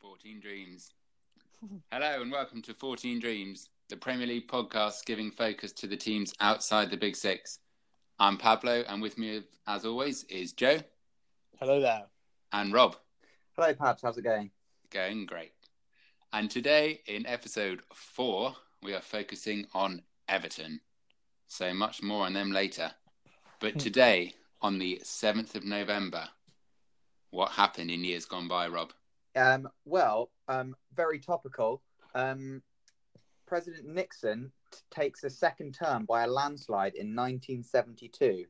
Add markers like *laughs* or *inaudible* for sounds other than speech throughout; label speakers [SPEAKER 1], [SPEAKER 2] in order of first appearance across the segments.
[SPEAKER 1] 14 Dreams. Hello and welcome to 14 Dreams, the Premier League podcast giving focus to the teams outside the Big Six. I'm Pablo, and with me, as always, is Joe
[SPEAKER 2] Hello there.
[SPEAKER 1] and Rob.
[SPEAKER 3] Hello, Pabs. How's it going?
[SPEAKER 1] Going great. And today, in episode four, we are focusing on Everton. So much more on them later. But today, on the 7th of November, what happened in years gone by, Rob?
[SPEAKER 3] Um, well, um, very topical. Um, President Nixon t- takes a second term by a landslide in 1972.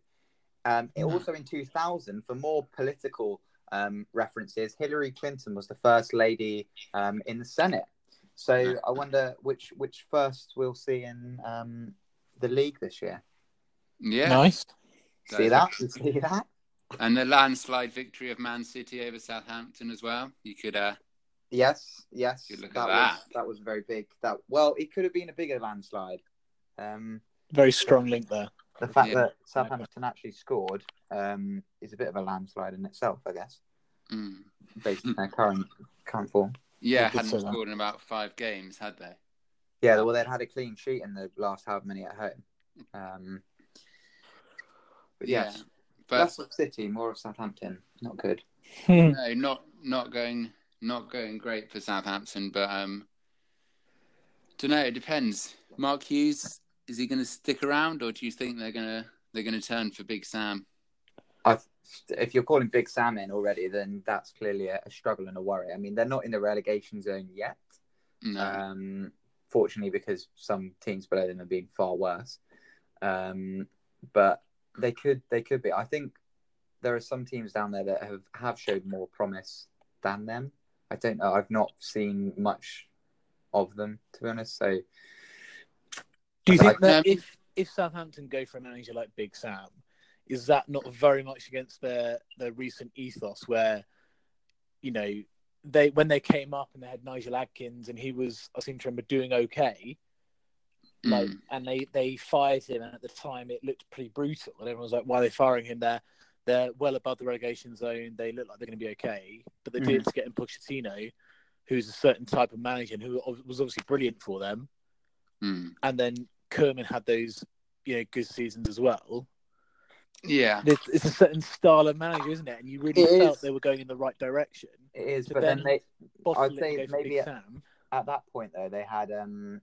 [SPEAKER 3] Um, it
[SPEAKER 1] Wow.
[SPEAKER 3] Also in 2000, for more political um, references, Hillary Clinton was the first lady um, in the Senate. So I wonder which which first we'll see in um, the league this year.
[SPEAKER 1] Yeah.
[SPEAKER 2] Nice.
[SPEAKER 3] See that? You *laughs* see that?
[SPEAKER 1] And the landslide victory of Man City over Southampton as well. You could, uh,
[SPEAKER 3] Yes, yes.
[SPEAKER 1] Good look at
[SPEAKER 3] that, was that was very big. That well, it could have been a bigger landslide. Um,
[SPEAKER 2] Very strong link there.
[SPEAKER 3] the fact
[SPEAKER 1] Yeah.
[SPEAKER 3] that Southampton actually scored um, is a bit of a landslide in itself, I guess,
[SPEAKER 1] mm,
[SPEAKER 3] based
[SPEAKER 1] *laughs*
[SPEAKER 3] on their current current form.
[SPEAKER 1] yeah,
[SPEAKER 2] could
[SPEAKER 1] hadn't
[SPEAKER 2] say that.
[SPEAKER 1] scored in about five games, had they?
[SPEAKER 3] Yeah, well, they'd had a clean sheet in the last half many at home. Um, but yes,
[SPEAKER 1] Yeah.
[SPEAKER 3] less
[SPEAKER 1] But
[SPEAKER 3] of City, more of Southampton. Not good.
[SPEAKER 2] *laughs* Hmm.
[SPEAKER 1] no, not not going not going great for Southampton. But um, don't know. It depends. Mark Hughes is he going to stick around, or do you think they're gonna they're gonna turn for Big Sam?
[SPEAKER 3] I've, if you're calling Big Sam in already, then that's clearly a, a struggle and a worry. I mean, they're not in the relegation zone yet.
[SPEAKER 1] No.
[SPEAKER 3] Um, fortunately, because some teams below them have been far worse. Um, but they could, they could be. I think there are some teams down there that have have showed more promise than them. I don't know. I've not seen much of them to be honest. So
[SPEAKER 2] Do you
[SPEAKER 3] I-
[SPEAKER 2] think that
[SPEAKER 1] um,
[SPEAKER 2] if, if Southampton go for a manager like Big Sam, is that not very much against their, their recent ethos where, you know, they when they came up and they had Nigel Adkins and he was, I seem to remember, doing okay, like,
[SPEAKER 1] Mm.
[SPEAKER 2] and they, they fired him and at the time it looked pretty brutal and everyone was like, why are they firing him there? They're well above the relegation zone. They look like they're going to be okay, but they
[SPEAKER 3] Mhm.
[SPEAKER 2] did get in Pochettino, who's a certain type of manager and who ob- was obviously brilliant for them
[SPEAKER 1] Mm.
[SPEAKER 2] and then Kerman had those you know good seasons as well.
[SPEAKER 1] Yeah.
[SPEAKER 2] It's, it's a certain style of manager, isn't it? And you really
[SPEAKER 3] It
[SPEAKER 2] felt
[SPEAKER 3] is.
[SPEAKER 2] they were going in the right direction.
[SPEAKER 3] it is.
[SPEAKER 2] But
[SPEAKER 3] But then,
[SPEAKER 2] then-
[SPEAKER 3] they,
[SPEAKER 2] Bottle
[SPEAKER 3] I'd
[SPEAKER 2] it and
[SPEAKER 3] say
[SPEAKER 2] go for Big
[SPEAKER 3] maybe at-
[SPEAKER 2] Sam.
[SPEAKER 3] at that point though, they had um,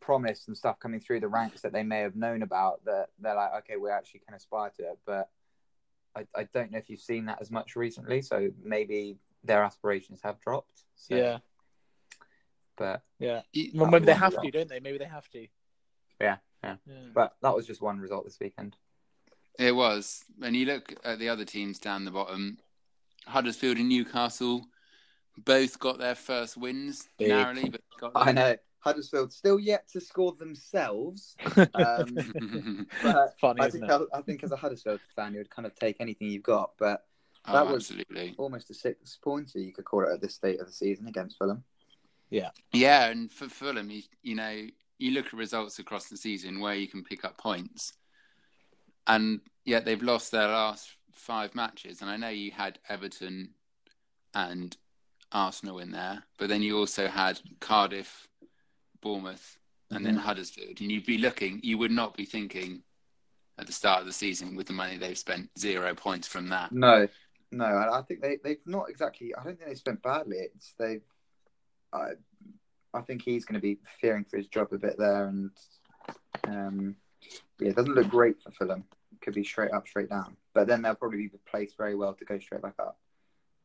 [SPEAKER 3] promise and stuff coming through the ranks that they may have known about. That they're like, okay, we actually can aspire to it, but I, I don't know if you've seen that as much recently, so maybe their aspirations have dropped. So,
[SPEAKER 2] yeah,
[SPEAKER 3] But
[SPEAKER 2] yeah.
[SPEAKER 1] Y-
[SPEAKER 2] Well, maybe they
[SPEAKER 3] one
[SPEAKER 2] have to,
[SPEAKER 3] result.
[SPEAKER 2] don't they? Maybe they have to.
[SPEAKER 3] Yeah, yeah. but that was just one result this weekend.
[SPEAKER 1] It was. When you look at the other teams down the bottom, Huddersfield and Newcastle both got their first wins
[SPEAKER 2] Big.
[SPEAKER 1] narrowly, but got *laughs*
[SPEAKER 3] I know Huddersfield still yet to score
[SPEAKER 2] *laughs*
[SPEAKER 3] themselves. Um,
[SPEAKER 1] know.
[SPEAKER 3] but
[SPEAKER 2] Funny,
[SPEAKER 3] I
[SPEAKER 2] isn't
[SPEAKER 3] think
[SPEAKER 2] it?
[SPEAKER 3] I, I think as a Huddersfield fan, you would kind of take anything you've got, but That
[SPEAKER 1] oh,
[SPEAKER 3] was-
[SPEAKER 1] absolutely.
[SPEAKER 3] almost a six pointer you could call it at this state of the season against Fulham.
[SPEAKER 1] Yeah, and for Fulham, you, you know, you look at results across the season where you can pick up points, and yet they've lost their last five matches. And I know you had Everton and Arsenal in there, but then you also had Cardiff, Bournemouth, and then
[SPEAKER 3] Mhm.
[SPEAKER 1] Huddersfield. And you'd be looking, you would not be thinking at the start of the season with the money they've spent zero points from that.
[SPEAKER 3] No, no, I, I think they they've not exactly. I don't think they spent badly. It's they. I I think he's going to be fearing for his job a bit there, and um, yeah, it doesn't look great for Fulham. Could be straight up, straight down, but then they'll probably be placed very well to go straight back up.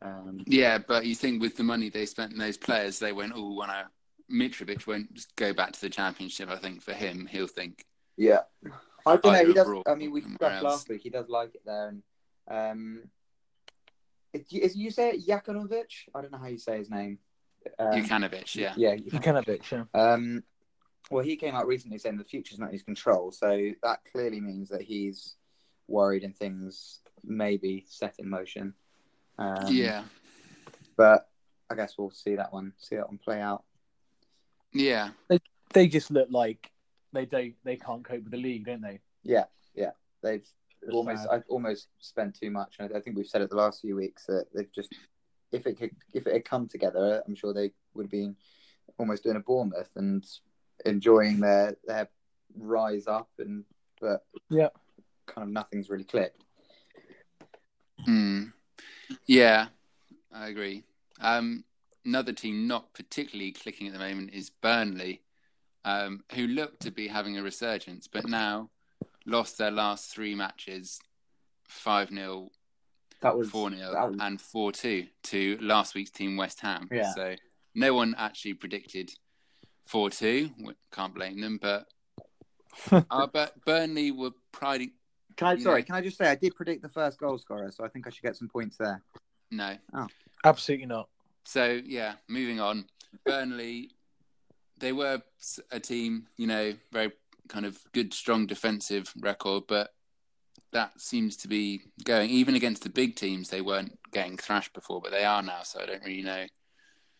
[SPEAKER 3] Um,
[SPEAKER 1] Yeah, but you think with the money they spent on those players, they went, oh, when I Mitrovic won't just go back to the championship, I think for him, he'll think,
[SPEAKER 3] Yeah, I don't know. He does.
[SPEAKER 1] Overall,
[SPEAKER 3] I mean, we
[SPEAKER 1] somewhere else.
[SPEAKER 3] discussed last week. He does like it there, and um, it, is you say it, Jakunovic? I don't know how you say his name. Um,
[SPEAKER 1] Jukanovic, yeah.
[SPEAKER 3] yeah,
[SPEAKER 2] You
[SPEAKER 3] Jukanovic.
[SPEAKER 2] can have it, sure.
[SPEAKER 3] Um, well, he came out recently saying the future's not in his control, so that clearly means that he's worried and things may be set in motion. Um,
[SPEAKER 1] yeah,
[SPEAKER 3] but I guess we'll see that one, see that one play out.
[SPEAKER 1] yeah.
[SPEAKER 2] They just look like they don't. They can't cope with the league, don't they?
[SPEAKER 3] They've
[SPEAKER 2] It's
[SPEAKER 3] almost,
[SPEAKER 2] sad.
[SPEAKER 3] I've almost spent too much, and I think we've said it the last few weeks that they've just if it could, if it had come together, I'm sure they would have been almost doing a Bournemouth and enjoying their their rise up, and but
[SPEAKER 2] Yeah.
[SPEAKER 3] kind of nothing's really clicked.
[SPEAKER 1] Hmm. Yeah, I agree. Um, another team not particularly clicking at the moment is Burnley, um, who looked to be having a resurgence, but now lost their last three matches 5 0,
[SPEAKER 3] That was
[SPEAKER 1] 4
[SPEAKER 3] that
[SPEAKER 1] 0,
[SPEAKER 3] was-
[SPEAKER 1] and 4 2 to last week's team, West Ham.
[SPEAKER 3] Yeah.
[SPEAKER 1] So no one actually predicted 4 2. Can't blame them,
[SPEAKER 3] *laughs*
[SPEAKER 1] but. uh, but Burnley were priding.
[SPEAKER 3] Can I,
[SPEAKER 1] you
[SPEAKER 3] sorry,
[SPEAKER 1] know-
[SPEAKER 3] can I just say I did predict the first goal scorer, so I think I should get some points there.
[SPEAKER 1] No,
[SPEAKER 2] Absolutely not.
[SPEAKER 1] So yeah, moving on. Burnley, they were s- a team, you know, very kind of good, strong defensive record, but that seems to be going. Even against the big teams, they weren't getting thrashed before, but they are now. So I don't really know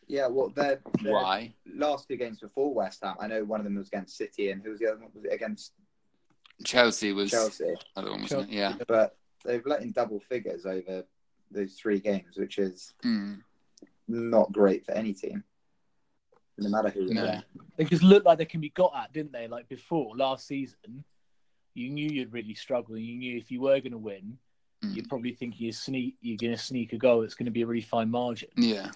[SPEAKER 3] Yeah, well, their, their
[SPEAKER 1] why.
[SPEAKER 3] last two games before West Ham, I know one of them was against City, and who was the other one? Was it against
[SPEAKER 1] Chelsea was
[SPEAKER 3] Chelsea?
[SPEAKER 1] another one, wasn't it? Yeah.
[SPEAKER 3] But they've let in double figures over those three games, which is
[SPEAKER 1] Hmm.
[SPEAKER 3] not great for any team, no matter who.
[SPEAKER 1] No.
[SPEAKER 3] Yeah.
[SPEAKER 2] They just looked like they can be got at, didn't they? Like before last season, you knew you'd really struggle. You knew if you were going to win,
[SPEAKER 1] Mm.
[SPEAKER 2] you'd probably think you sneak, you're going to sneak a goal. It's going to be a really fine margin.
[SPEAKER 1] Yeah.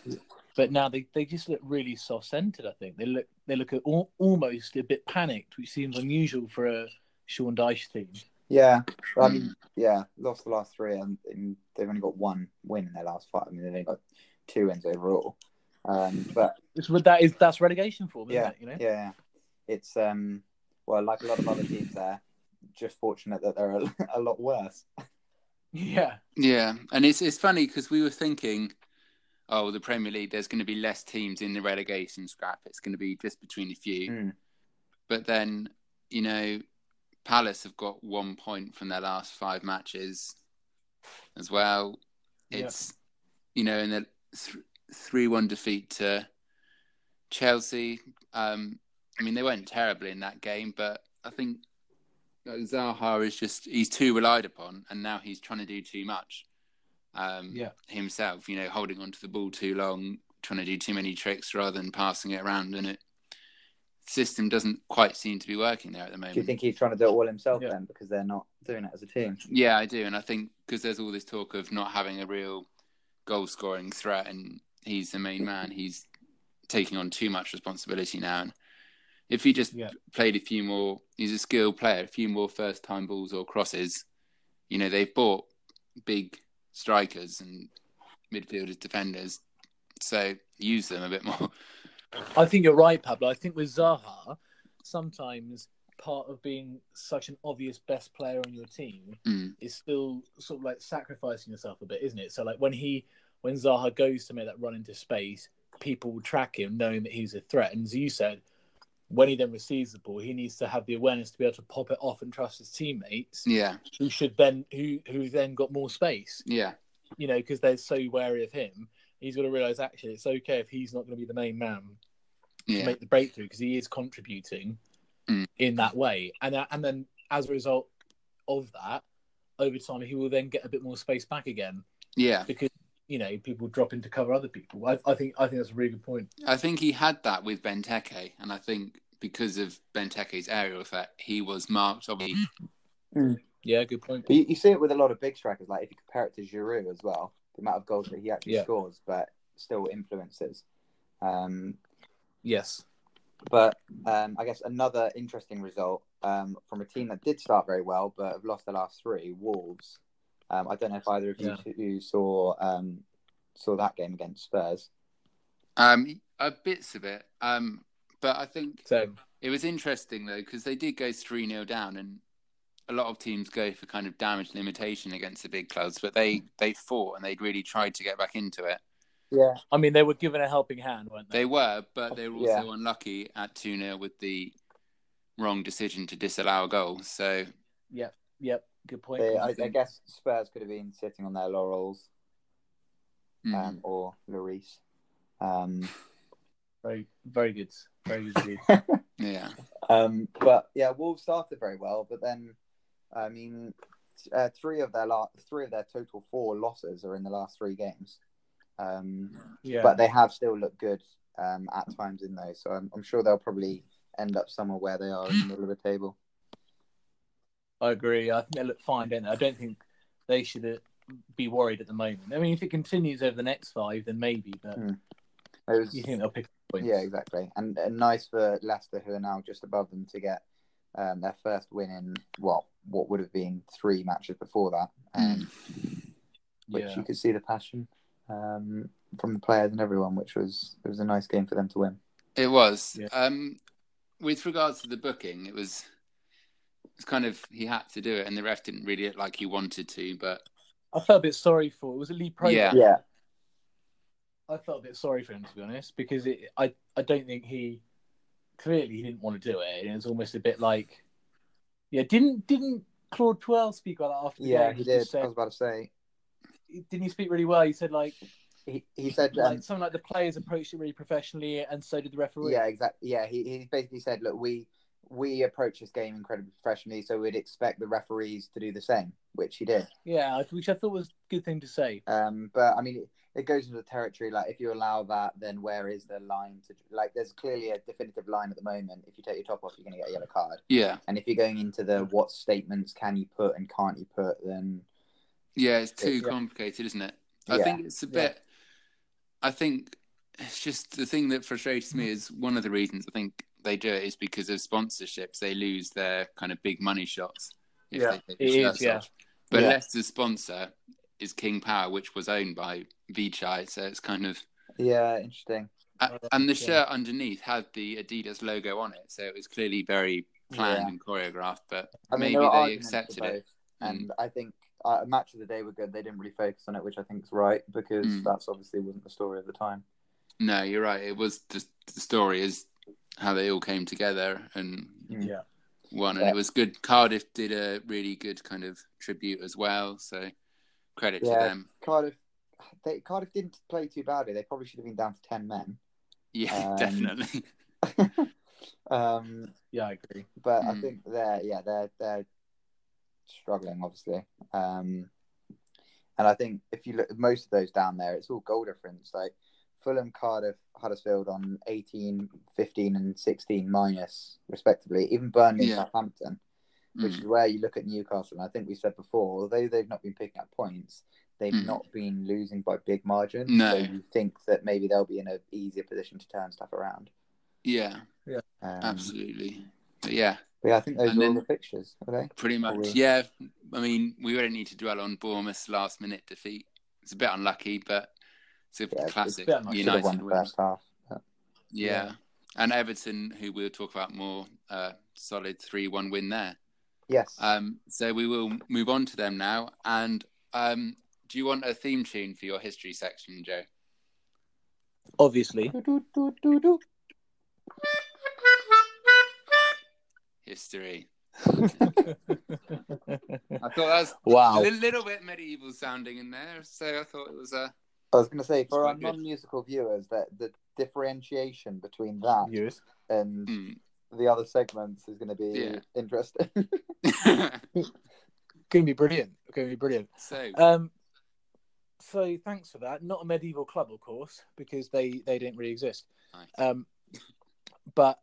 [SPEAKER 2] But now they, they just look really soft centered. I think they look they look al- almost a bit panicked, which seems unusual for a Sean Dyche team.
[SPEAKER 3] Yeah, I
[SPEAKER 1] Hmm.
[SPEAKER 3] mean, yeah, lost the last three, and, and they've only got one win in their last five, and they've only got two wins overall. Um, but
[SPEAKER 2] It's, but that is that's relegation form, isn't
[SPEAKER 3] Yeah,
[SPEAKER 2] it? You know,
[SPEAKER 3] Yeah, it's um well, like a lot of other teams there, just fortunate that they're a, *laughs* a lot worse.
[SPEAKER 2] *laughs* yeah.
[SPEAKER 1] Yeah, and it's it's funny because we were thinking, oh, the Premier League, there's going to be less teams in the relegation scrap. It's going to be just between a few.
[SPEAKER 3] Mm.
[SPEAKER 1] But then, you know, Palace have got one point from their last five matches as well.
[SPEAKER 2] Yeah.
[SPEAKER 1] It's you know, in the three-one defeat to Chelsea. Um, I mean, they weren't terribly in that game, but I think like, Zaha is just he's too relied upon, and now he's trying to do too much. Um,
[SPEAKER 2] Yeah.
[SPEAKER 1] himself, you know, holding onto the ball too long, trying to do too many tricks rather than passing it around, and it system doesn't quite seem to be working there at the moment.
[SPEAKER 3] Do you think he's trying to do it all himself
[SPEAKER 2] Yeah.
[SPEAKER 3] then because they're not doing it as a team?
[SPEAKER 1] Yeah, I do, and I think because there's all this talk of not having a real goal scoring threat, and he's the main man. He's taking on too much responsibility now. And if he just
[SPEAKER 2] Yeah.
[SPEAKER 1] played a few more, he's a skilled player. A few more first time balls or crosses. You know, they've bought big strikers and midfielders, defenders, so use them a bit more. *laughs*
[SPEAKER 2] I think you're right, Pablo. I think with Zaha, sometimes part of being such an obvious best player on your team
[SPEAKER 1] Mm.
[SPEAKER 2] is still sort of like sacrificing yourself a bit, isn't it? So like when he when Zaha goes to make that run into space, people will track him knowing that he's a threat. And as you said, when he then receives the ball, he needs to have the awareness to be able to pop it off and trust his teammates
[SPEAKER 1] Yeah,
[SPEAKER 2] who should then who who then got more space
[SPEAKER 1] yeah,
[SPEAKER 2] you know, because they're so wary of him, he's got to realize actually it's okay if he's not going to be the main man to
[SPEAKER 1] yeah,
[SPEAKER 2] make the breakthrough because he is contributing
[SPEAKER 1] Mm.
[SPEAKER 2] in that way, and uh, and then as a result of that, over time he will then get a bit more space back again
[SPEAKER 1] yeah.
[SPEAKER 2] because you know people drop in to cover other people. I, I think I think that's a really good point.
[SPEAKER 1] I think he had that with Benteke, and I think because of Benteke's aerial threat, he was marked obviously.
[SPEAKER 2] Yeah, good point.
[SPEAKER 3] You, you see it with a lot of big strikers. Like if you compare it to Giroud as well, the amount of goals that he actually
[SPEAKER 2] Yeah.
[SPEAKER 3] scores, but still influences. Um,
[SPEAKER 2] Yes.
[SPEAKER 3] But um, I guess another interesting result um, from a team that did start very well but have lost the last three, Wolves. Um, I don't know if either of you
[SPEAKER 2] Yeah.
[SPEAKER 3] two saw um, saw that game against Spurs.
[SPEAKER 1] Um, uh, bits of it, um, but I think
[SPEAKER 2] So
[SPEAKER 1] it was interesting though because they did go three 0 down, and a lot of teams go for kind of damage limitation against the big clubs, but they they fought and they'd really tried to get back into it.
[SPEAKER 3] Yeah,
[SPEAKER 2] I mean, they were given a helping hand, weren't they?
[SPEAKER 1] They were, but they were also
[SPEAKER 3] Yeah.
[SPEAKER 1] unlucky at two 0 with the wrong decision to disallow a goal. So
[SPEAKER 2] Yep. Good point.
[SPEAKER 3] they, I, I guess Spurs could have been sitting on their laurels
[SPEAKER 1] mm,
[SPEAKER 3] um, or Lloris. Um,
[SPEAKER 2] very, very good. Very good.
[SPEAKER 3] *laughs*
[SPEAKER 2] indeed.
[SPEAKER 1] yeah,
[SPEAKER 3] um, but yeah, Wolves started very well, but then I mean, uh, three of their la- three of their total four losses are in the last three games. Um,
[SPEAKER 2] Yeah.
[SPEAKER 3] But they have still looked good um, at times in those. So I'm, I'm sure they'll probably end up somewhere where they are in the middle of the table.
[SPEAKER 2] I agree. I think they look fine, don't they? I don't think they should uh, be worried at the moment. I mean, if it continues over the next five, then maybe, but
[SPEAKER 3] Hmm. It was-
[SPEAKER 2] *laughs* you think they'll pick up points.
[SPEAKER 3] Yeah, exactly. And, and nice for Leicester, who are now just above them, to get um, their first win in well, what would have been three matches before that, um, which
[SPEAKER 2] Yeah.
[SPEAKER 3] you could see the passion um, from the players and everyone, which was it was a nice game for them to win.
[SPEAKER 1] It was.
[SPEAKER 2] Yeah.
[SPEAKER 1] Um, with regards to the booking, it was it's kind of he had to do it, and the ref didn't really look like he wanted to. But
[SPEAKER 2] I felt a bit sorry for it. Was it Lee Pro?
[SPEAKER 1] Yeah.
[SPEAKER 3] Yeah,
[SPEAKER 2] I felt a bit sorry for him to be honest, because it, I I don't think he clearly he didn't want to do it. It was almost a bit like, yeah, didn't didn't Claude Puel speak about that after the
[SPEAKER 3] yeah,
[SPEAKER 2] game?
[SPEAKER 3] he did.
[SPEAKER 2] just
[SPEAKER 3] I
[SPEAKER 2] said-
[SPEAKER 3] was about to say
[SPEAKER 2] didn't he speak really well? He said like
[SPEAKER 3] he, he said um,
[SPEAKER 2] like something like the players approached it really professionally, and so did the referee.
[SPEAKER 3] Yeah, exactly. Yeah, he, he basically said, look, we we approach this game incredibly professionally, so we'd expect the referees to do the same, which he did.
[SPEAKER 2] yeah, I- which I thought was a good thing to say.
[SPEAKER 3] Um, but I mean, it, it goes into the territory. Like, if you allow that, then where is the line to like? There's clearly a definitive line at the moment. If you take your top off, you're going to get a yellow card.
[SPEAKER 1] yeah,
[SPEAKER 3] And if you're going into the what statements can you put and can't you put, then
[SPEAKER 1] yeah, it's too
[SPEAKER 3] Yeah.
[SPEAKER 1] complicated, isn't it? I
[SPEAKER 3] Yeah.
[SPEAKER 1] think it's a
[SPEAKER 2] Yeah.
[SPEAKER 1] bit. I think it's just the thing that frustrates me is one of the reasons I think they do it is because of sponsorships. They lose their kind of big money shots.
[SPEAKER 2] Yeah.
[SPEAKER 1] they take
[SPEAKER 2] It is,
[SPEAKER 1] shirts
[SPEAKER 2] yeah.
[SPEAKER 1] off. But
[SPEAKER 3] Yeah.
[SPEAKER 1] Leicester's sponsor is King Power, which was owned by Vichai, so it's kind of
[SPEAKER 3] yeah, interesting.
[SPEAKER 1] A-
[SPEAKER 2] Oh,
[SPEAKER 1] Uh, and the
[SPEAKER 2] yeah.
[SPEAKER 1] shirt underneath had the Adidas logo on it, so it was clearly very planned
[SPEAKER 3] Yeah.
[SPEAKER 1] and choreographed. But
[SPEAKER 3] I mean,
[SPEAKER 1] maybe
[SPEAKER 3] there were
[SPEAKER 1] they
[SPEAKER 3] arguments for
[SPEAKER 1] accepted
[SPEAKER 3] both.
[SPEAKER 1] it. Hmm.
[SPEAKER 3] and I think uh, match of the day were good. They didn't really focus on it, which I think is right because
[SPEAKER 1] Mm.
[SPEAKER 3] that's obviously wasn't the story of the time.
[SPEAKER 1] No, you're right. It was just the story is how they all came together and
[SPEAKER 3] Mm.
[SPEAKER 2] Yeah.
[SPEAKER 1] won, and
[SPEAKER 3] Yeah.
[SPEAKER 1] it was good. Cardiff did a really good kind of tribute as well, so credit to
[SPEAKER 3] Yeah.
[SPEAKER 1] them. *laughs*
[SPEAKER 3] Cardiff, they, Cardiff didn't play too badly. They probably should have been down to ten men. *laughs*
[SPEAKER 1] Yeah,
[SPEAKER 3] Um,
[SPEAKER 1] definitely.
[SPEAKER 3] um,
[SPEAKER 2] Yeah, I agree.
[SPEAKER 3] but I
[SPEAKER 1] Mm.
[SPEAKER 3] think they're yeah they're they're struggling obviously. Um, and I think if you look at most of those down there, it's all goal difference. Like Fulham, Cardiff, Huddersfield on 18, 15 and 16 minus respectively. Even Burnley,
[SPEAKER 1] Yeah.
[SPEAKER 3] and Southampton, *laughs* which
[SPEAKER 1] Mm.
[SPEAKER 3] is where you look at Newcastle. And I think we said before, although they've not been picking up points, they've
[SPEAKER 1] Mm.
[SPEAKER 3] not been losing by big margins.
[SPEAKER 1] No.
[SPEAKER 3] So you think that maybe they'll be in an easier position to turn stuff around.
[SPEAKER 1] Yeah,
[SPEAKER 3] Um,
[SPEAKER 1] absolutely. But yeah,
[SPEAKER 3] But yeah, I think those
[SPEAKER 1] And
[SPEAKER 3] are all
[SPEAKER 1] then-
[SPEAKER 3] the fixtures, are they?
[SPEAKER 1] pretty much.
[SPEAKER 3] Probably.
[SPEAKER 1] Yeah, I mean, we don't need to dwell on Bournemouth's last minute defeat. It's a bit unlucky, but it's a
[SPEAKER 3] Yeah, it's
[SPEAKER 1] classic
[SPEAKER 2] fair enough.
[SPEAKER 3] Should have won
[SPEAKER 1] United
[SPEAKER 3] the
[SPEAKER 1] win.
[SPEAKER 3] first half.
[SPEAKER 1] Yeah. And Everton, who we'll talk about more, uh, solid 3 1 win there.
[SPEAKER 3] Yes.
[SPEAKER 1] Um, so we will move on to them now. And um, do you want a theme tune for your history section, Joe?
[SPEAKER 2] *laughs* Obviously,
[SPEAKER 3] Do-do-do-do-do.
[SPEAKER 1] History. I thought that was
[SPEAKER 2] wow.
[SPEAKER 1] a li- little bit medieval sounding in there. So I thought it was a.
[SPEAKER 3] I was going to say for our
[SPEAKER 1] quite good.
[SPEAKER 3] non-musical viewers that the differentiation between that
[SPEAKER 2] Viewers.
[SPEAKER 3] and
[SPEAKER 1] Mm.
[SPEAKER 3] the other segments is going to be
[SPEAKER 1] Yeah.
[SPEAKER 3] interesting. *laughs*
[SPEAKER 2] Gonna be brilliant. Gonna be brilliant.
[SPEAKER 1] *laughs* so,
[SPEAKER 2] Um, so thanks for that. Not a medieval club, of course, because they they didn't really exist.
[SPEAKER 1] Nice.
[SPEAKER 2] Um, but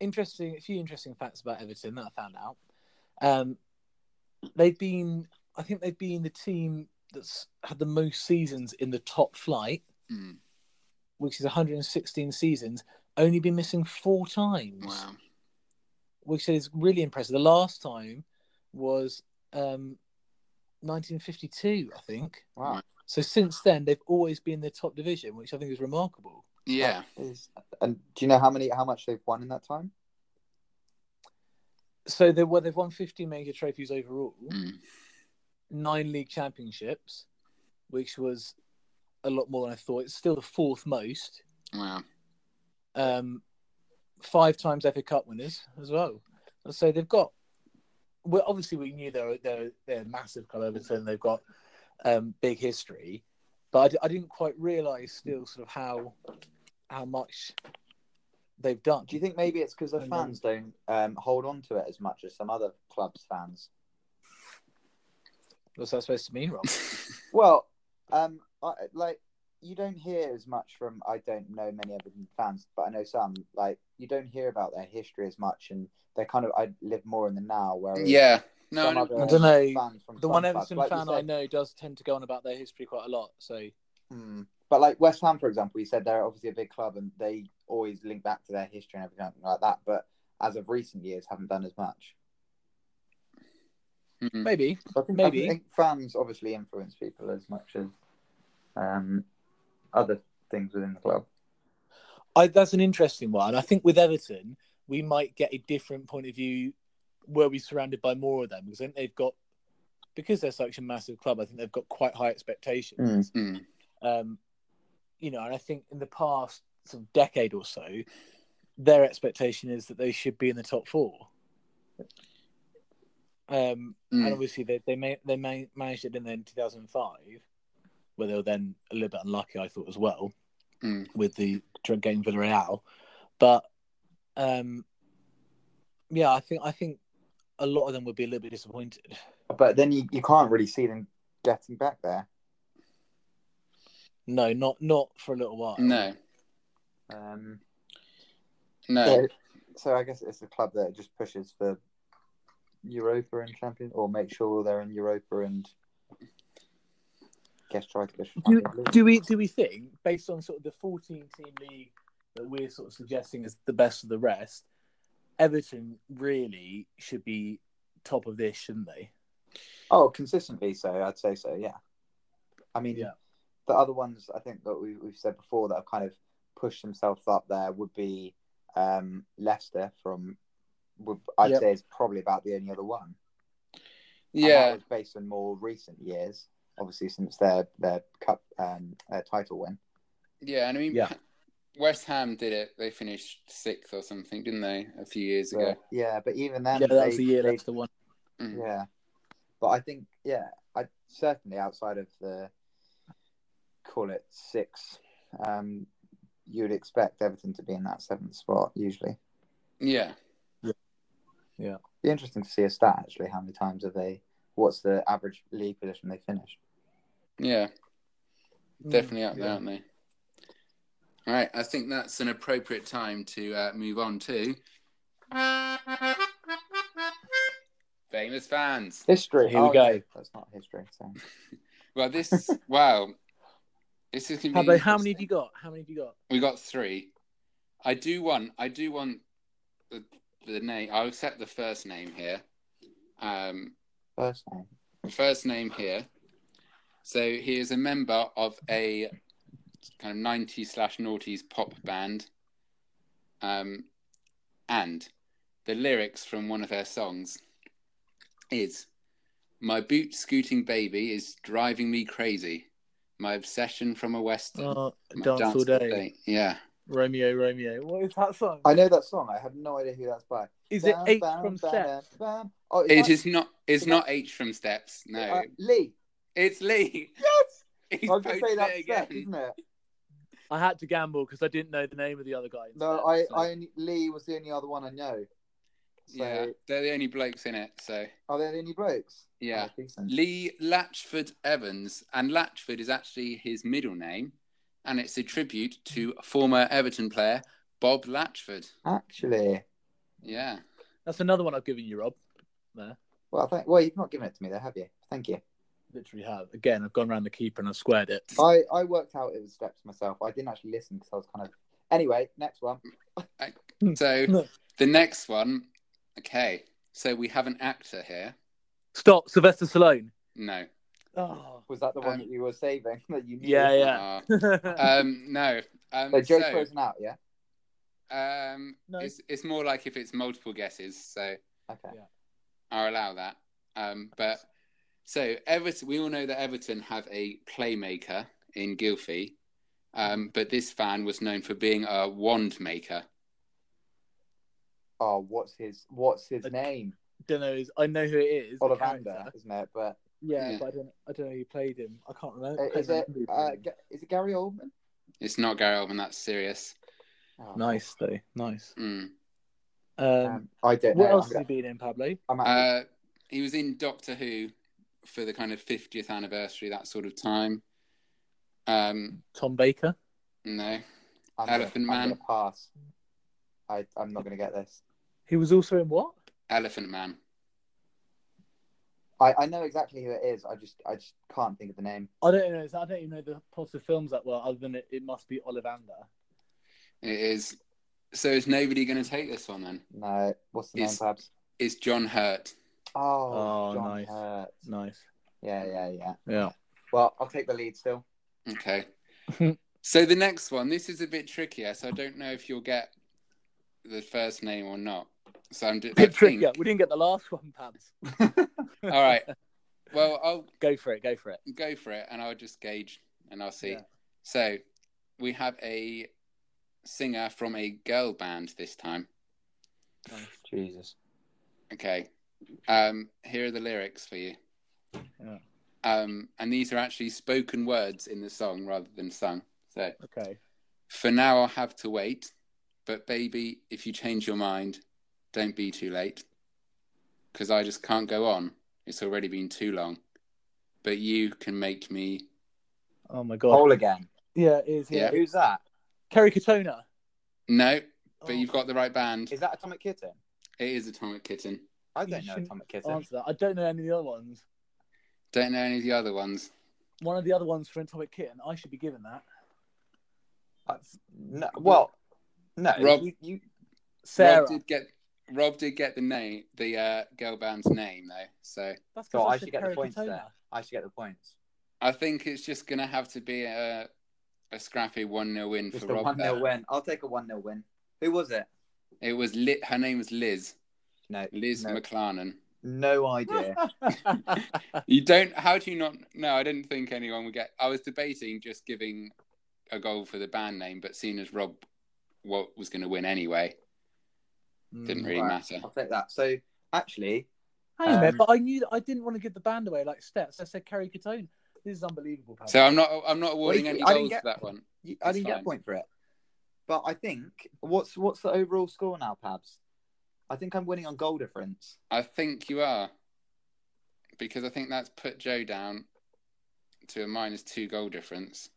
[SPEAKER 2] interesting, a few interesting facts about Everton that I found out. Um, they've been, I think they've been the team that's had the most seasons in the top flight,
[SPEAKER 1] mm,
[SPEAKER 2] which is 116 seasons. Only been missing four times,
[SPEAKER 1] wow.
[SPEAKER 2] which is really impressive. The last time was um, 1952, I think.
[SPEAKER 3] wow.
[SPEAKER 2] So since then, they've always been the top division, which I think is remarkable.
[SPEAKER 1] Yeah.
[SPEAKER 3] Is- And do you know how many how much they've won in that time?
[SPEAKER 2] So they well, they've won 15 major trophies overall,
[SPEAKER 1] Mm.
[SPEAKER 2] nine league championships, which was a lot more than I thought. It's still the fourth most.
[SPEAKER 1] Wow.
[SPEAKER 2] Um, five times FA Cup winners as well. So they've got. Well, obviously we knew they're they're they're a massive club Everton. They've got um, big history, but I d- I, didn't quite realise still sort of how how much they've done.
[SPEAKER 3] Do you think maybe it's because the
[SPEAKER 2] I know.
[SPEAKER 3] fans don't um, hold on to it as much as some other clubs' fans?
[SPEAKER 2] What's that supposed to mean, Rob?
[SPEAKER 3] Well, um, I, like you don't hear as much from I don't know many Everton fans, but I know some. Like you don't hear about their history as much, and they kind of I live more in the now. Whereas
[SPEAKER 1] Yeah. No,
[SPEAKER 3] some
[SPEAKER 1] I
[SPEAKER 3] other
[SPEAKER 2] I don't know.
[SPEAKER 3] fans
[SPEAKER 2] *laughs*
[SPEAKER 3] from
[SPEAKER 2] The
[SPEAKER 3] some
[SPEAKER 2] one
[SPEAKER 3] clubs,
[SPEAKER 2] Everton
[SPEAKER 3] like you
[SPEAKER 2] fan
[SPEAKER 3] said,
[SPEAKER 2] I know does tend to go on about their history quite a lot. So
[SPEAKER 3] Hmm. But like West Ham, for example, you said they're obviously a big club and they always link back to their history and everything like that. But as of recent years, haven't done as much.
[SPEAKER 1] don't- mm.
[SPEAKER 2] maybe
[SPEAKER 3] So I think,
[SPEAKER 2] Maybe.
[SPEAKER 3] I think fans obviously influence people as much as um, other things within the club.
[SPEAKER 2] I, that's an interesting one. I think with Everton, we might get a different point of view were we surrounded by more of them because I think they've got because they're such a massive club. I think they've got quite high expectations.
[SPEAKER 1] Mm.
[SPEAKER 2] Um, you know, and I think in the past sort of decade or so, their expectation is that they should be in the top four. Um,
[SPEAKER 1] Mm.
[SPEAKER 2] and obviously they they, ma- they ma- managed it in then 2005 where they were then a little bit unlucky i thought as well
[SPEAKER 1] Mm.
[SPEAKER 2] with the drug game villarreal but um yeah i think i think a lot of them would be a little bit disappointed
[SPEAKER 3] But then you, you can't really see them getting back there.
[SPEAKER 2] no not not for a little while
[SPEAKER 1] No,
[SPEAKER 3] Um,
[SPEAKER 1] no.
[SPEAKER 3] so, so I guess it's a club that just pushes for Europa and champion, or make sure they're in Europa and guess try to get
[SPEAKER 2] do,
[SPEAKER 3] Champions League.
[SPEAKER 2] do we do we think based on sort of the 14 team league that we're sort of suggesting is the best of the rest everton really should be top of this shouldn't they
[SPEAKER 3] Oh, consistently so. I'd say so. Yeah. I mean,
[SPEAKER 2] Yeah.
[SPEAKER 3] the other ones I think that we, we've said before that have kind of pushed themselves up there would be um, Leicester from. Would, I'd
[SPEAKER 2] Yep.
[SPEAKER 3] say is probably about the only other one. And that
[SPEAKER 1] Yeah,
[SPEAKER 3] was based on more recent years, obviously since their their cup um, uh, title win.
[SPEAKER 1] yeah. And I mean,
[SPEAKER 2] Yeah.
[SPEAKER 1] *laughs* West Ham did it. They finished sixth or something, didn't they, a few years
[SPEAKER 3] So,
[SPEAKER 1] ago?
[SPEAKER 3] yeah, but even then,
[SPEAKER 2] yeah that was
[SPEAKER 3] they-
[SPEAKER 2] the year
[SPEAKER 3] they-
[SPEAKER 2] that's the one
[SPEAKER 1] Mm.
[SPEAKER 3] Yeah, but I think yeah, I certainly outside of the call it six, um, you would expect Everton to be in that seventh spot usually.
[SPEAKER 1] Yeah.
[SPEAKER 3] Be interesting to see a stat actually. How many times have they? What's the average league position they finished?
[SPEAKER 1] Yeah,
[SPEAKER 2] Mm,
[SPEAKER 1] definitely up there,
[SPEAKER 2] yeah.
[SPEAKER 1] aren't they? All right, I think that's an appropriate time to uh, move on to famous fans.
[SPEAKER 3] History.
[SPEAKER 2] Here we go.
[SPEAKER 3] no, that's not history. So
[SPEAKER 1] Well,
[SPEAKER 2] *laughs*
[SPEAKER 1] this wow, this is gonna be
[SPEAKER 2] Pablo, how many have
[SPEAKER 1] interesting.
[SPEAKER 2] you got? How many have you got?
[SPEAKER 1] We got three. I do want. I do want the, the name. I'll accept the first name here. Um,
[SPEAKER 3] first name.
[SPEAKER 1] first name here. So he is a member of a kind of 90 slash noughties pop band. Um, and the lyrics from one of their songs is My boot scooting baby is driving me crazy. My obsession from a western.
[SPEAKER 2] Oh,
[SPEAKER 1] My
[SPEAKER 2] dance, all day.
[SPEAKER 1] Yeah.
[SPEAKER 2] Romeo, Romeo. What is that song?
[SPEAKER 3] I know that song. I have no idea who that's by.
[SPEAKER 2] Is it
[SPEAKER 3] Bam,
[SPEAKER 2] Eight
[SPEAKER 3] bam,
[SPEAKER 2] from
[SPEAKER 3] bam,
[SPEAKER 2] Step?
[SPEAKER 3] bam, bam. Oh, is
[SPEAKER 1] It
[SPEAKER 3] that-
[SPEAKER 1] is not. It's
[SPEAKER 3] is
[SPEAKER 1] not H from Steps. No,
[SPEAKER 3] uh, Lee.
[SPEAKER 1] it's Lee. Yes, *laughs* he's
[SPEAKER 3] I was going to say
[SPEAKER 1] posted
[SPEAKER 3] that's
[SPEAKER 1] it
[SPEAKER 3] Step,
[SPEAKER 1] again.
[SPEAKER 3] isn't it?
[SPEAKER 2] I had to gamble because I didn't know the name of the other guy.
[SPEAKER 3] No,
[SPEAKER 2] instead,
[SPEAKER 3] I,
[SPEAKER 2] so-
[SPEAKER 3] I only, Lee was the only other one I know. So,
[SPEAKER 1] Yeah, they're the only blokes in it. So
[SPEAKER 3] are there any blokes?
[SPEAKER 1] yeah,
[SPEAKER 3] Oh, decent.
[SPEAKER 1] Lee Latchford Evans, and Latchford is actually his middle name, and it's a tribute to former Everton player Bob Latchford.
[SPEAKER 3] Actually,
[SPEAKER 1] Yeah,
[SPEAKER 2] That's another one I've given you, Rob. There,
[SPEAKER 3] well, thank, well, you've not given it to me there, have you? Thank you.
[SPEAKER 2] literally have. Again, I've gone around the keeper and I've squared it.
[SPEAKER 3] I, I worked out it was steps myself. I didn't actually listen because I was kind of. Anyway, next one.
[SPEAKER 1] so the next one, okay, so we have an actor here.
[SPEAKER 2] Stop, Sylvester Stallone.
[SPEAKER 1] No,
[SPEAKER 2] Oh, *laughs*
[SPEAKER 3] Was that the one
[SPEAKER 1] Um,
[SPEAKER 3] that you were saving *laughs* that you knew?
[SPEAKER 2] yeah, yeah.
[SPEAKER 1] Uh,
[SPEAKER 2] no,
[SPEAKER 1] um,
[SPEAKER 2] *laughs*
[SPEAKER 1] no, um,
[SPEAKER 3] So Joe's
[SPEAKER 1] so,
[SPEAKER 3] frozen out, yeah?
[SPEAKER 1] um,
[SPEAKER 2] No.
[SPEAKER 1] it's it's more like if it's multiple guesses. So
[SPEAKER 3] Okay.
[SPEAKER 1] I'll allow that. Um, but so Everton, we all know that Everton have a playmaker in Gilfie, um, but this fan was known for being a wand maker.
[SPEAKER 3] Oh, what's his what's his
[SPEAKER 2] Uh,
[SPEAKER 3] name?
[SPEAKER 2] don't know. is- I know who it is. the
[SPEAKER 3] Ollivander,
[SPEAKER 2] character.
[SPEAKER 3] isn't it? But
[SPEAKER 2] Yeah,
[SPEAKER 1] Yeah.
[SPEAKER 2] but I don't. I don't know who played him. I can't remember.
[SPEAKER 3] uh,
[SPEAKER 2] can't
[SPEAKER 3] is it
[SPEAKER 2] remember who
[SPEAKER 3] uh,
[SPEAKER 2] played him.
[SPEAKER 3] Ga- is it Gary Oldman?
[SPEAKER 1] It's not Gary Oldman, that's serious.
[SPEAKER 3] Oh,
[SPEAKER 2] nice though? Nice.
[SPEAKER 1] Mm.
[SPEAKER 2] Um,
[SPEAKER 3] Um, I don't
[SPEAKER 2] what
[SPEAKER 3] know.
[SPEAKER 2] else has
[SPEAKER 3] I'm
[SPEAKER 2] he
[SPEAKER 3] gonna-
[SPEAKER 2] been in, Pablo?
[SPEAKER 3] I'm out of-
[SPEAKER 1] Uh, he was in Doctor Who for the kind of 50th anniversary, that sort of time. Um,
[SPEAKER 2] Tom Baker.
[SPEAKER 1] no.
[SPEAKER 3] I'm
[SPEAKER 1] Elephant
[SPEAKER 3] gonna, I'm
[SPEAKER 1] Man.
[SPEAKER 3] gonna pass. I, I'm not going to get this.
[SPEAKER 2] He was also in what?
[SPEAKER 1] Elephant Man.
[SPEAKER 3] I, I know exactly who it is. I just I just can't think of the name.
[SPEAKER 2] I don't know. I don't even know the plots of films that well, other than it, it must be Ollivander.
[SPEAKER 1] It is. So is nobody going to take this one then?
[SPEAKER 3] No, what's the
[SPEAKER 1] It's-
[SPEAKER 3] name, Pabs?
[SPEAKER 1] It's John Hurt.
[SPEAKER 3] Oh,
[SPEAKER 2] Oh,
[SPEAKER 3] John
[SPEAKER 2] nice.
[SPEAKER 3] Hurt.
[SPEAKER 2] Nice.
[SPEAKER 3] Yeah, yeah, yeah.
[SPEAKER 2] Yeah.
[SPEAKER 3] Well, I'll take the lead still.
[SPEAKER 2] *laughs*
[SPEAKER 1] Okay. so the next one, this is a bit trickier, so I don't know if you'll get the first name or not. So I'm. Bit
[SPEAKER 2] Bit trickier. We didn't get the last one, Pabs.
[SPEAKER 1] All right.
[SPEAKER 2] *laughs*
[SPEAKER 1] Well, I'll
[SPEAKER 2] Go for it. Go for it.
[SPEAKER 1] go for it, and I'll just gauge, and I'll see.
[SPEAKER 2] Yeah.
[SPEAKER 1] So we have a singer from a girl band this time.
[SPEAKER 3] Jesus.
[SPEAKER 1] Okay. Um, here are the lyrics for you.
[SPEAKER 2] Yeah.
[SPEAKER 1] Um, and these are actually spoken words in the song rather than sung. So,
[SPEAKER 2] Okay.
[SPEAKER 1] for now, I'll have to wait. But, baby, if you change your mind, don't be too late. Because I just can't go on. It's already been too long. But you can make me.
[SPEAKER 2] Oh my god.
[SPEAKER 3] Hole again.
[SPEAKER 2] Yeah, it is. Yeah.
[SPEAKER 1] Yeah.
[SPEAKER 3] Who's that?
[SPEAKER 2] Kerry Katona.
[SPEAKER 1] No,
[SPEAKER 2] Oh,
[SPEAKER 1] but you've got the right band.
[SPEAKER 3] Is that Atomic Kitten?
[SPEAKER 1] It is Atomic Kitten.
[SPEAKER 3] I
[SPEAKER 2] You
[SPEAKER 3] don't know
[SPEAKER 2] shouldn't
[SPEAKER 3] Atomic Kitten.
[SPEAKER 2] answer that. I don't know any of the other ones.
[SPEAKER 1] Don't know any of the other ones.
[SPEAKER 2] One of the other ones for Atomic Kitten. I should be given that.
[SPEAKER 3] That's- No, well, no.
[SPEAKER 1] Rob-
[SPEAKER 3] you, you,
[SPEAKER 2] Sarah.
[SPEAKER 1] Rob did get Rob did get the name, the uh, girl band's name though. So
[SPEAKER 2] That's
[SPEAKER 3] So
[SPEAKER 2] because
[SPEAKER 3] Oh, I
[SPEAKER 2] I,
[SPEAKER 3] should
[SPEAKER 2] said
[SPEAKER 3] get the
[SPEAKER 2] Kerry
[SPEAKER 3] points
[SPEAKER 2] Katona.
[SPEAKER 3] there. I should get the points.
[SPEAKER 1] I think it's just gonna have to be a a scrappy one 0 win
[SPEAKER 3] Just
[SPEAKER 1] for
[SPEAKER 3] a
[SPEAKER 1] Rob.
[SPEAKER 3] one 0
[SPEAKER 1] there.
[SPEAKER 3] win. I'll take a one 0 win. Who was it?
[SPEAKER 1] It was lit. Her name was Liz.
[SPEAKER 3] No,
[SPEAKER 1] Liz
[SPEAKER 3] No.
[SPEAKER 1] McLaren.
[SPEAKER 3] no idea.
[SPEAKER 2] *laughs*
[SPEAKER 1] You don't. How do you not? No, I didn't think anyone would get. I was debating just giving a goal for the band name, but seeing as Rob what was going to win anyway, didn't really
[SPEAKER 3] Mm, Right.
[SPEAKER 1] matter.
[SPEAKER 3] I'll take that. So actually,
[SPEAKER 2] Hang on a minute,
[SPEAKER 3] Um,
[SPEAKER 2] but Mm. I knew that I didn't want to give the band away like steps. I said Kerry Katona. This is unbelievable, Pabs.
[SPEAKER 1] So I'm not. I'm not awarding
[SPEAKER 3] you-
[SPEAKER 1] any
[SPEAKER 3] I didn't
[SPEAKER 1] goals
[SPEAKER 3] get-
[SPEAKER 1] for that one.
[SPEAKER 3] you, I
[SPEAKER 1] It's
[SPEAKER 3] didn't get
[SPEAKER 1] fine.
[SPEAKER 3] a point for it. But I think what's what's the overall score now, Pabs? I think I'm winning on goal difference.
[SPEAKER 1] I think you are, because I think that's put Joe down to a minus two goal difference.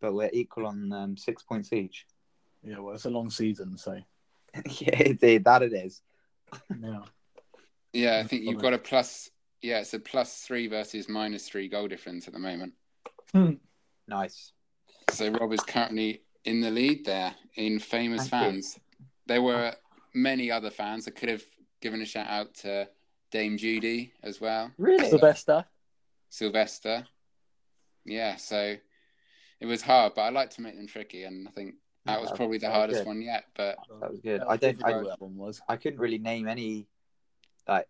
[SPEAKER 3] But we're equal on um, six points each. *laughs*
[SPEAKER 2] Yeah, well, it's a long season, so
[SPEAKER 3] yeah, indeed, that it is.
[SPEAKER 2] *laughs* yeah.
[SPEAKER 1] Yeah, I
[SPEAKER 2] That's
[SPEAKER 1] think you've
[SPEAKER 2] fine.
[SPEAKER 1] got a plus. Yeah, it's a plus three versus minus three goal difference at the moment.
[SPEAKER 3] Nice.
[SPEAKER 1] So Rob is currently in the lead there in famous
[SPEAKER 3] Thank you.
[SPEAKER 1] fans. There were many other fans. I could have given a shout out to Dame Judy as well,
[SPEAKER 3] Really?
[SPEAKER 2] It's the best stuff.
[SPEAKER 1] Sylvester. Yeah, so it was hard, but I like to make them tricky, and I think that was
[SPEAKER 3] Yeah,
[SPEAKER 1] probably the
[SPEAKER 3] that was
[SPEAKER 1] hardest
[SPEAKER 3] good.
[SPEAKER 1] one yet. But
[SPEAKER 3] That was good. I don't. I,
[SPEAKER 2] know that one was.
[SPEAKER 3] I couldn't really name any. Like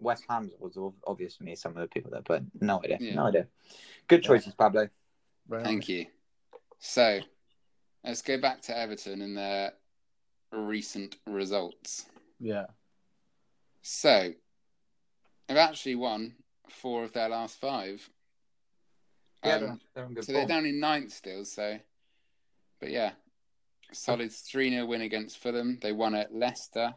[SPEAKER 3] West Ham was ob- obvious to me. Some of the people there, but no idea.
[SPEAKER 1] Yeah. Um,
[SPEAKER 3] No idea. Good
[SPEAKER 2] Yeah.
[SPEAKER 3] choices, Pablo.
[SPEAKER 1] Thank you. So let's go back to Everton and their recent results.
[SPEAKER 2] Yeah.
[SPEAKER 1] So they've actually won four of their last five. Um,
[SPEAKER 3] they're- they're on good
[SPEAKER 1] so they're
[SPEAKER 3] form.
[SPEAKER 1] down in ninth still. So, but yeah, solid 3 0 win against Fulham. They won at Leicester,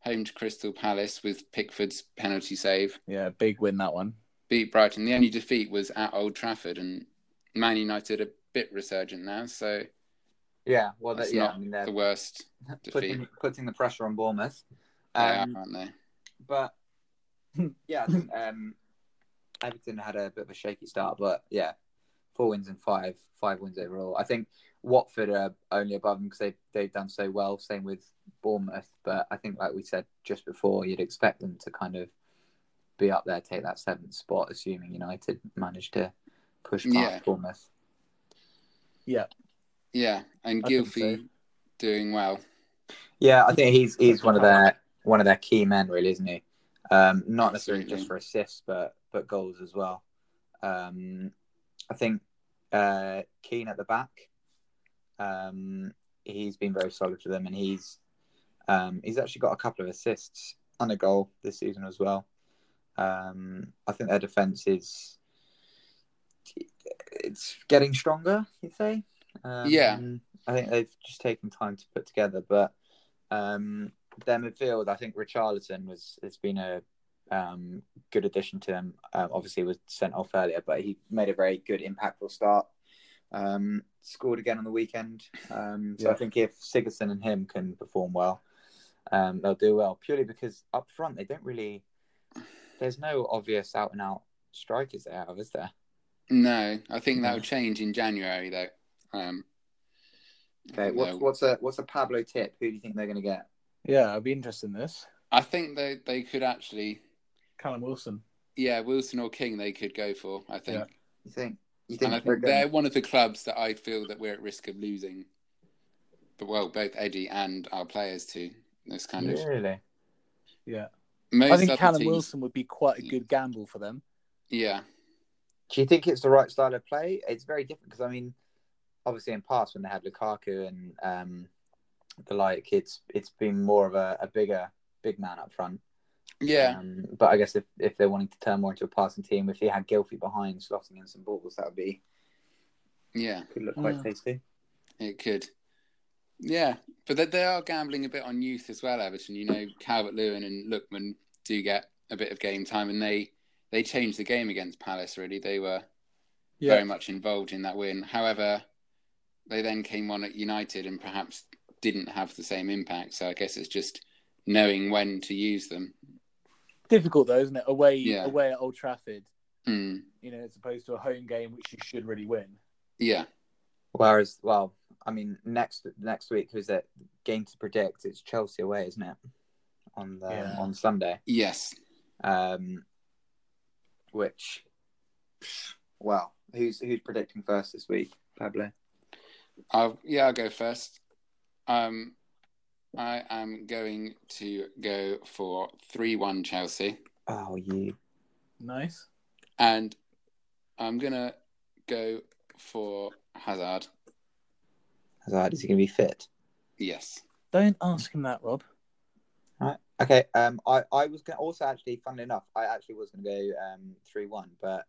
[SPEAKER 1] home to Crystal Palace with Pickford's penalty save.
[SPEAKER 2] Yeah, big win that one.
[SPEAKER 1] Beat Brighton. The only defeat was at Old Trafford, and Man United a bit resurgent now. So
[SPEAKER 3] Yeah, well, that,
[SPEAKER 1] That's
[SPEAKER 3] yeah,
[SPEAKER 1] not
[SPEAKER 3] I mean, they're
[SPEAKER 1] the worst
[SPEAKER 3] putting,
[SPEAKER 1] defeat.
[SPEAKER 3] putting the pressure on Bournemouth.
[SPEAKER 1] They are,
[SPEAKER 3] Um,
[SPEAKER 1] aren't they?
[SPEAKER 3] But *laughs* yeah, I think, um, Everton had a bit of a shaky start, but yeah, four wins and five, five wins overall. I think Watford are only above them because they they've done so well. Same with Bournemouth, but I think, like we said just before, you'd expect them to kind of be up there, take that seventh spot, assuming United manage to push past
[SPEAKER 1] Yeah.
[SPEAKER 3] Bournemouth.
[SPEAKER 1] Yeah, and
[SPEAKER 2] I think
[SPEAKER 1] Gilfie doing well.
[SPEAKER 3] Yeah, I think he's he's one of their one of their key men, really, isn't he? Um, not necessarily
[SPEAKER 1] Absolutely.
[SPEAKER 3] just for assists, but but goals as well. Um, I think uh, Keane at the back. Um, he's been very solid for them, and he's um, he's actually got a couple of assists and a goal this season as well. Um, I think their defense is it's getting stronger. You'd say, um,
[SPEAKER 1] Yeah.
[SPEAKER 3] I think they've just taken time to put together, but um, their midfield, I think Richarlison was has been a um, good addition to them. Um, obviously, was sent off earlier, but he made a very good, impactful start Um, scored again on the weekend. Um, so
[SPEAKER 2] Yeah.
[SPEAKER 3] I think if Sigerson and him can perform well, um, they'll do well. Purely because up front they don't really. There's no obvious out and out strikers they have, is there?
[SPEAKER 1] No, I think that will
[SPEAKER 3] Yeah.
[SPEAKER 1] change in January though. Um, I
[SPEAKER 3] Okay,
[SPEAKER 1] think
[SPEAKER 3] what's
[SPEAKER 1] they'll-
[SPEAKER 3] what's a what's a Pablo tip? Who do you think they're going to get?
[SPEAKER 2] Yeah, I'd be interested in this.
[SPEAKER 1] I think they they could actually,
[SPEAKER 2] Callum Wilson.
[SPEAKER 1] yeah, Wilson or King they could go for. I think,
[SPEAKER 3] You think? You
[SPEAKER 1] and I
[SPEAKER 3] think?
[SPEAKER 1] think
[SPEAKER 3] they're
[SPEAKER 1] they're
[SPEAKER 3] gonna-
[SPEAKER 1] one of the clubs that I feel that we're at risk of losing. But well, both Eddie and our players too. This kind of
[SPEAKER 3] Really?
[SPEAKER 1] most
[SPEAKER 2] I think
[SPEAKER 1] other
[SPEAKER 2] Callum
[SPEAKER 1] teams-
[SPEAKER 2] Wilson would be quite a good gamble for them.
[SPEAKER 1] Yeah,
[SPEAKER 3] Do you think it's the right style of play? It's very different because I mean, obviously in past when they had Lukaku and um, the like, it's it's been more of a, a bigger big man up front.
[SPEAKER 1] yeah,
[SPEAKER 3] Um, but I guess if, if they're wanting to turn more into a passing team, if you had Gilfy behind slotting in some balls, that would be
[SPEAKER 1] yeah.
[SPEAKER 3] could look quite
[SPEAKER 2] Mm.
[SPEAKER 3] tasty.
[SPEAKER 1] It could. Yeah, but they, they are gambling a bit on youth as well, Everton. You know, Calvert Lewin and Lookman do get a bit of game time, and they they changed the game against Palace. Really, they were very much involved in that win. However, they then came on at United and perhaps didn't have the same impact. So I guess it's just knowing when to use them.
[SPEAKER 2] Difficult though, isn't it? Away
[SPEAKER 1] Yeah.
[SPEAKER 2] away at Old Trafford,
[SPEAKER 1] Hmm.
[SPEAKER 2] you know, as opposed to a home game which you should really win.
[SPEAKER 1] Yeah,
[SPEAKER 3] Whereas, well, I mean, next next week who's that game to predict? It's Chelsea away, isn't it? On the
[SPEAKER 2] Yeah.
[SPEAKER 3] on Sunday.
[SPEAKER 1] yes,
[SPEAKER 3] um, which well who's who's predicting first this week pablo
[SPEAKER 1] I'll yeah I'll go first. Um, I am going to go for three one Chelsea.
[SPEAKER 3] oh you
[SPEAKER 2] Nice.
[SPEAKER 1] And I'm gonna go for Hazard.
[SPEAKER 3] Hazard, is he gonna be fit
[SPEAKER 1] Yes.
[SPEAKER 2] Don't ask him that, Rob.
[SPEAKER 3] okay um i i was gonna also actually funnily enough i actually was gonna go um three one but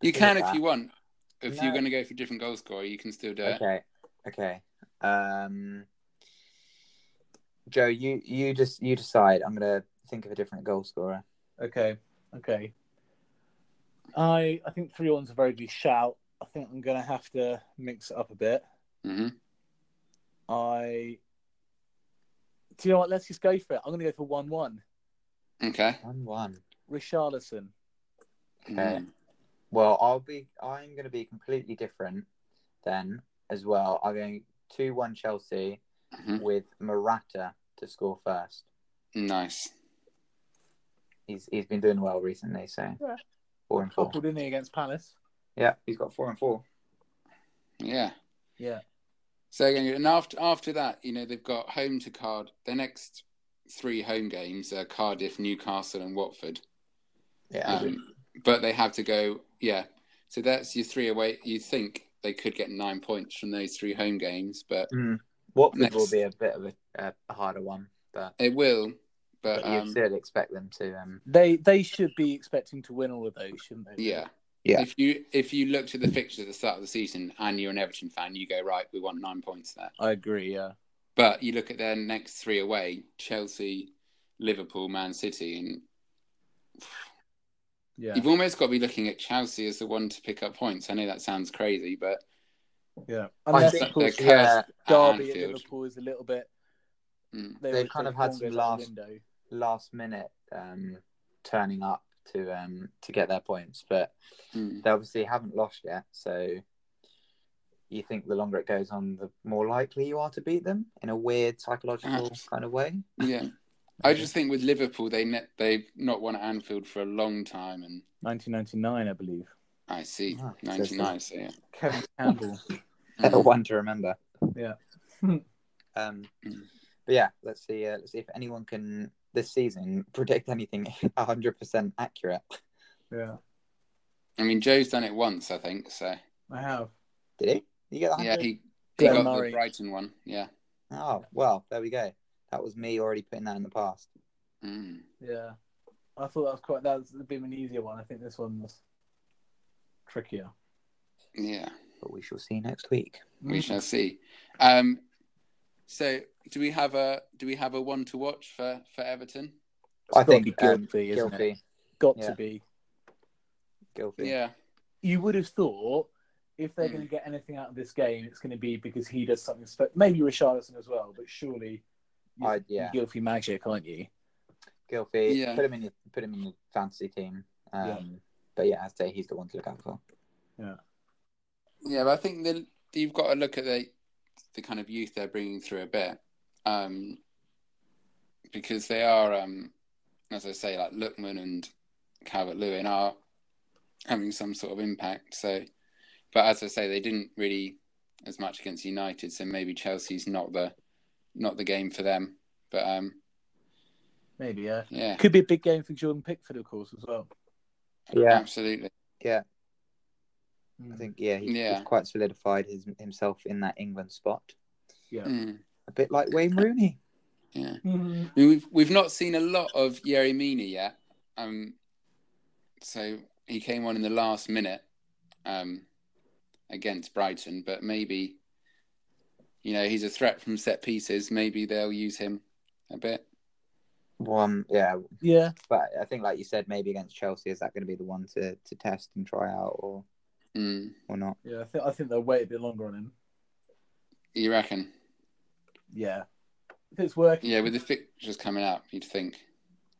[SPEAKER 1] You can if you want. If
[SPEAKER 3] No.
[SPEAKER 1] you're gonna go for different goal scorer, you can still do it.
[SPEAKER 3] okay okay um joe you you just you decide i'm gonna think of a different goal scorer
[SPEAKER 2] Okay. Okay. I I think three one's a very good shout. I think I'm gonna have to mix it up a bit.
[SPEAKER 1] hmm
[SPEAKER 2] I do you know what? Let's just go for it. I'm gonna go for one one.
[SPEAKER 1] Okay.
[SPEAKER 3] one one
[SPEAKER 2] Richarlison.
[SPEAKER 3] Okay.
[SPEAKER 1] Mm.
[SPEAKER 3] Well, I'll be. I'm going to be completely different then as well. I'm going two one Chelsea
[SPEAKER 1] Mhm.
[SPEAKER 3] with Morata to score first.
[SPEAKER 1] Nice.
[SPEAKER 3] He's he's been doing well recently, so
[SPEAKER 2] Yeah.
[SPEAKER 3] four and four.
[SPEAKER 2] Coupled in he against Palace.
[SPEAKER 3] Yeah, Oh, he's got four and four.
[SPEAKER 1] Yeah.
[SPEAKER 2] Yeah.
[SPEAKER 1] So again, and after after that, you know, they've got home to Card. Their next three home games are Cardiff, Newcastle, and Watford.
[SPEAKER 3] Yeah,
[SPEAKER 1] Um, but they have to go. Yeah. So that's your three away. You think they could get nine points from those three home games, but
[SPEAKER 3] Hmm. Watford will
[SPEAKER 1] next.
[SPEAKER 3] be a bit of a, a harder one, but,
[SPEAKER 1] It will, but,
[SPEAKER 3] but you'd
[SPEAKER 1] um,
[SPEAKER 3] still expect them to. Um,
[SPEAKER 2] They they should be expecting to win all of those, shouldn't they?
[SPEAKER 1] yeah,
[SPEAKER 3] Yeah.
[SPEAKER 1] If you if you looked at the fixture at the start of the season and you're an Everton fan, you go right, we want nine points there.
[SPEAKER 2] I agree, yeah.
[SPEAKER 1] But you look at their next three away: Chelsea, Liverpool, Man City, and
[SPEAKER 2] Yeah.
[SPEAKER 1] you've almost got to be looking at Chelsea as the one to pick up points. I know that sounds crazy, but
[SPEAKER 2] Yeah.
[SPEAKER 3] I
[SPEAKER 2] Unless
[SPEAKER 3] think
[SPEAKER 2] of course
[SPEAKER 1] they're
[SPEAKER 3] yeah,
[SPEAKER 1] cursed at
[SPEAKER 2] Derby and
[SPEAKER 1] uh, Anfield.
[SPEAKER 2] Liverpool is a little bit
[SPEAKER 1] Mm.
[SPEAKER 2] they
[SPEAKER 3] They've
[SPEAKER 2] were
[SPEAKER 3] kind
[SPEAKER 2] sort
[SPEAKER 3] of
[SPEAKER 2] long
[SPEAKER 3] had some
[SPEAKER 2] goes out the
[SPEAKER 3] last-
[SPEAKER 2] window.
[SPEAKER 3] last minute um, turning up to um, to get their points, but
[SPEAKER 1] Mm.
[SPEAKER 3] they obviously haven't lost yet, so you think the longer it goes on, the more likely you are to beat them in a weird psychological
[SPEAKER 2] Mm.
[SPEAKER 3] kind of way. *laughs*
[SPEAKER 1] yeah. I just think with Liverpool, they ne- they've not won at Anfield for a long time, and
[SPEAKER 2] 1999, I believe.
[SPEAKER 1] I see
[SPEAKER 3] Ah, so it's
[SPEAKER 1] ninety nine. So
[SPEAKER 2] *laughs*
[SPEAKER 1] yeah,
[SPEAKER 3] *laughs*
[SPEAKER 2] Kevin Campbell.
[SPEAKER 1] Mm.
[SPEAKER 3] One to remember.
[SPEAKER 2] Yeah.
[SPEAKER 3] *laughs* um, but
[SPEAKER 1] Mm.
[SPEAKER 3] yeah, let's see. Uh, let's see if anyone can this season *laughs* predict anything hundred percent accurate.
[SPEAKER 2] yeah,
[SPEAKER 1] I mean Joe's done it once, I think. So
[SPEAKER 2] I have.
[SPEAKER 3] Did he? You get that?
[SPEAKER 1] yeah, he, he
[SPEAKER 2] Glenn
[SPEAKER 1] got
[SPEAKER 2] Murray.
[SPEAKER 1] the Brighton one. Yeah.
[SPEAKER 3] Oh well, there we go. That was me already putting that in the past.
[SPEAKER 1] Mm.
[SPEAKER 2] Yeah. I thought that was quite that was a bit of an easier one. I think this one was trickier.
[SPEAKER 1] Yeah,
[SPEAKER 3] But we shall see next week.
[SPEAKER 1] Mm. we
[SPEAKER 2] Hmm.
[SPEAKER 1] shall see. Um, so do we have a do we have a one to watch for for Everton?
[SPEAKER 2] It's
[SPEAKER 3] I
[SPEAKER 2] got to
[SPEAKER 3] think
[SPEAKER 2] be
[SPEAKER 3] um,
[SPEAKER 2] guilty, isn't it?
[SPEAKER 3] Gilfie,
[SPEAKER 2] Got
[SPEAKER 3] Yeah.
[SPEAKER 2] to be.
[SPEAKER 3] Gilfie.
[SPEAKER 1] Yeah,
[SPEAKER 2] You would have thought if they're
[SPEAKER 1] Hmm.
[SPEAKER 2] going to get anything out of this game, it's going to be because he does something. Spe- Maybe Richarlison as well, but surely
[SPEAKER 3] I, yeah,
[SPEAKER 2] guilty magic, aren't you?
[SPEAKER 3] Gilfie,
[SPEAKER 1] Yeah.
[SPEAKER 3] put him in your put him in your fantasy team. Um, But yeah, I'd say he's the one to look out for.
[SPEAKER 1] Yeah, but I think the, you've got to look at the the kind of youth they're bringing through a bit, um, because they are, um, as I say, like Lookman and Calvert Lewin are having some sort of impact. So, but as I say, they didn't really as much against United, so maybe Chelsea's not the not the game for them. But um,
[SPEAKER 2] Maybe, yeah.
[SPEAKER 1] yeah,
[SPEAKER 2] Could be a big game for Jordan Pickford, of course, as well.
[SPEAKER 3] Yeah,
[SPEAKER 1] absolutely.
[SPEAKER 3] I think yeah, he's,
[SPEAKER 1] Yeah.
[SPEAKER 3] he's quite solidified his, himself in that England spot.
[SPEAKER 2] Yeah.
[SPEAKER 1] Mm,
[SPEAKER 3] A bit like Wayne Rooney.
[SPEAKER 1] yeah.
[SPEAKER 2] Mhm.
[SPEAKER 1] I mean, we've we've not seen a lot of Yerry Mina yet. Um, so he came on in the last minute um, against Brighton, but maybe you know he's a threat from set pieces. Maybe they'll use him a bit.
[SPEAKER 3] One, yeah,
[SPEAKER 2] Yeah.
[SPEAKER 3] but I think like you said, maybe against Chelsea, is that going to be the one to, to test and try out or
[SPEAKER 1] Mm,
[SPEAKER 3] or not?
[SPEAKER 2] Yeah. I think, I think they'll wait a bit longer on him.
[SPEAKER 1] you reckon?
[SPEAKER 2] Yeah. If it's working.
[SPEAKER 1] Yeah, with the fixtures coming up, you'd think,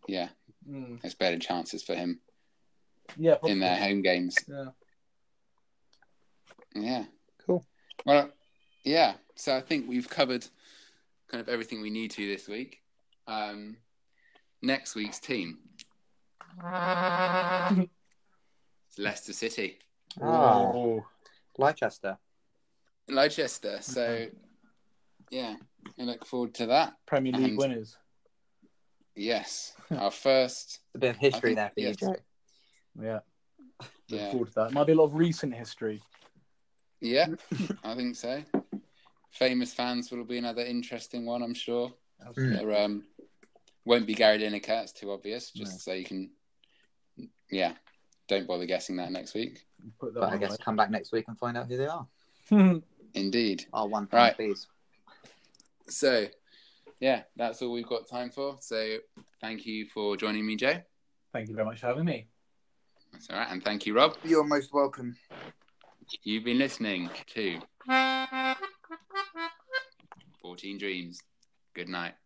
[SPEAKER 1] yeah,
[SPEAKER 2] Mm.
[SPEAKER 1] there's better chances for him
[SPEAKER 2] Yeah. Possibly.
[SPEAKER 1] in their home games.
[SPEAKER 2] Yeah.
[SPEAKER 1] Yeah.
[SPEAKER 3] Cool.
[SPEAKER 1] Well, yeah. So I think we've covered kind of everything we need to this week. Um, next week's team it's Leicester City,
[SPEAKER 3] Ah,
[SPEAKER 2] Ooh.
[SPEAKER 3] Leicester.
[SPEAKER 1] Leicester. So yeah, I look forward to that.
[SPEAKER 2] Premier League
[SPEAKER 1] And-
[SPEAKER 2] winners.
[SPEAKER 1] Yes, our first.
[SPEAKER 3] A bit of history
[SPEAKER 1] think-
[SPEAKER 3] there for
[SPEAKER 1] yes.
[SPEAKER 3] you, Joe.
[SPEAKER 2] Yeah. Look
[SPEAKER 1] Yeah,
[SPEAKER 2] forward to that. Might be a lot of recent history.
[SPEAKER 1] yeah, I think so. Famous fans will be another interesting one, I'm sure.
[SPEAKER 3] Mm.
[SPEAKER 2] Absolutely.
[SPEAKER 1] There um, won't be Gary Lineker. It's too obvious. Just
[SPEAKER 2] No.
[SPEAKER 1] so you can, yeah, don't bother guessing that next week.
[SPEAKER 2] Put that
[SPEAKER 3] But I
[SPEAKER 2] one
[SPEAKER 3] guess come back next week and find out who they are.
[SPEAKER 2] away.
[SPEAKER 1] Indeed.
[SPEAKER 3] Oh, one thing,
[SPEAKER 1] Right.
[SPEAKER 3] please.
[SPEAKER 1] So, yeah, that's all we've got time for. So, thank you for joining me, Joe.
[SPEAKER 2] *laughs* Thank you very much for having me.
[SPEAKER 1] That's all right. And thank you, Rob.
[SPEAKER 3] You're most welcome.
[SPEAKER 1] You've been listening to 14 Dreams. Good night.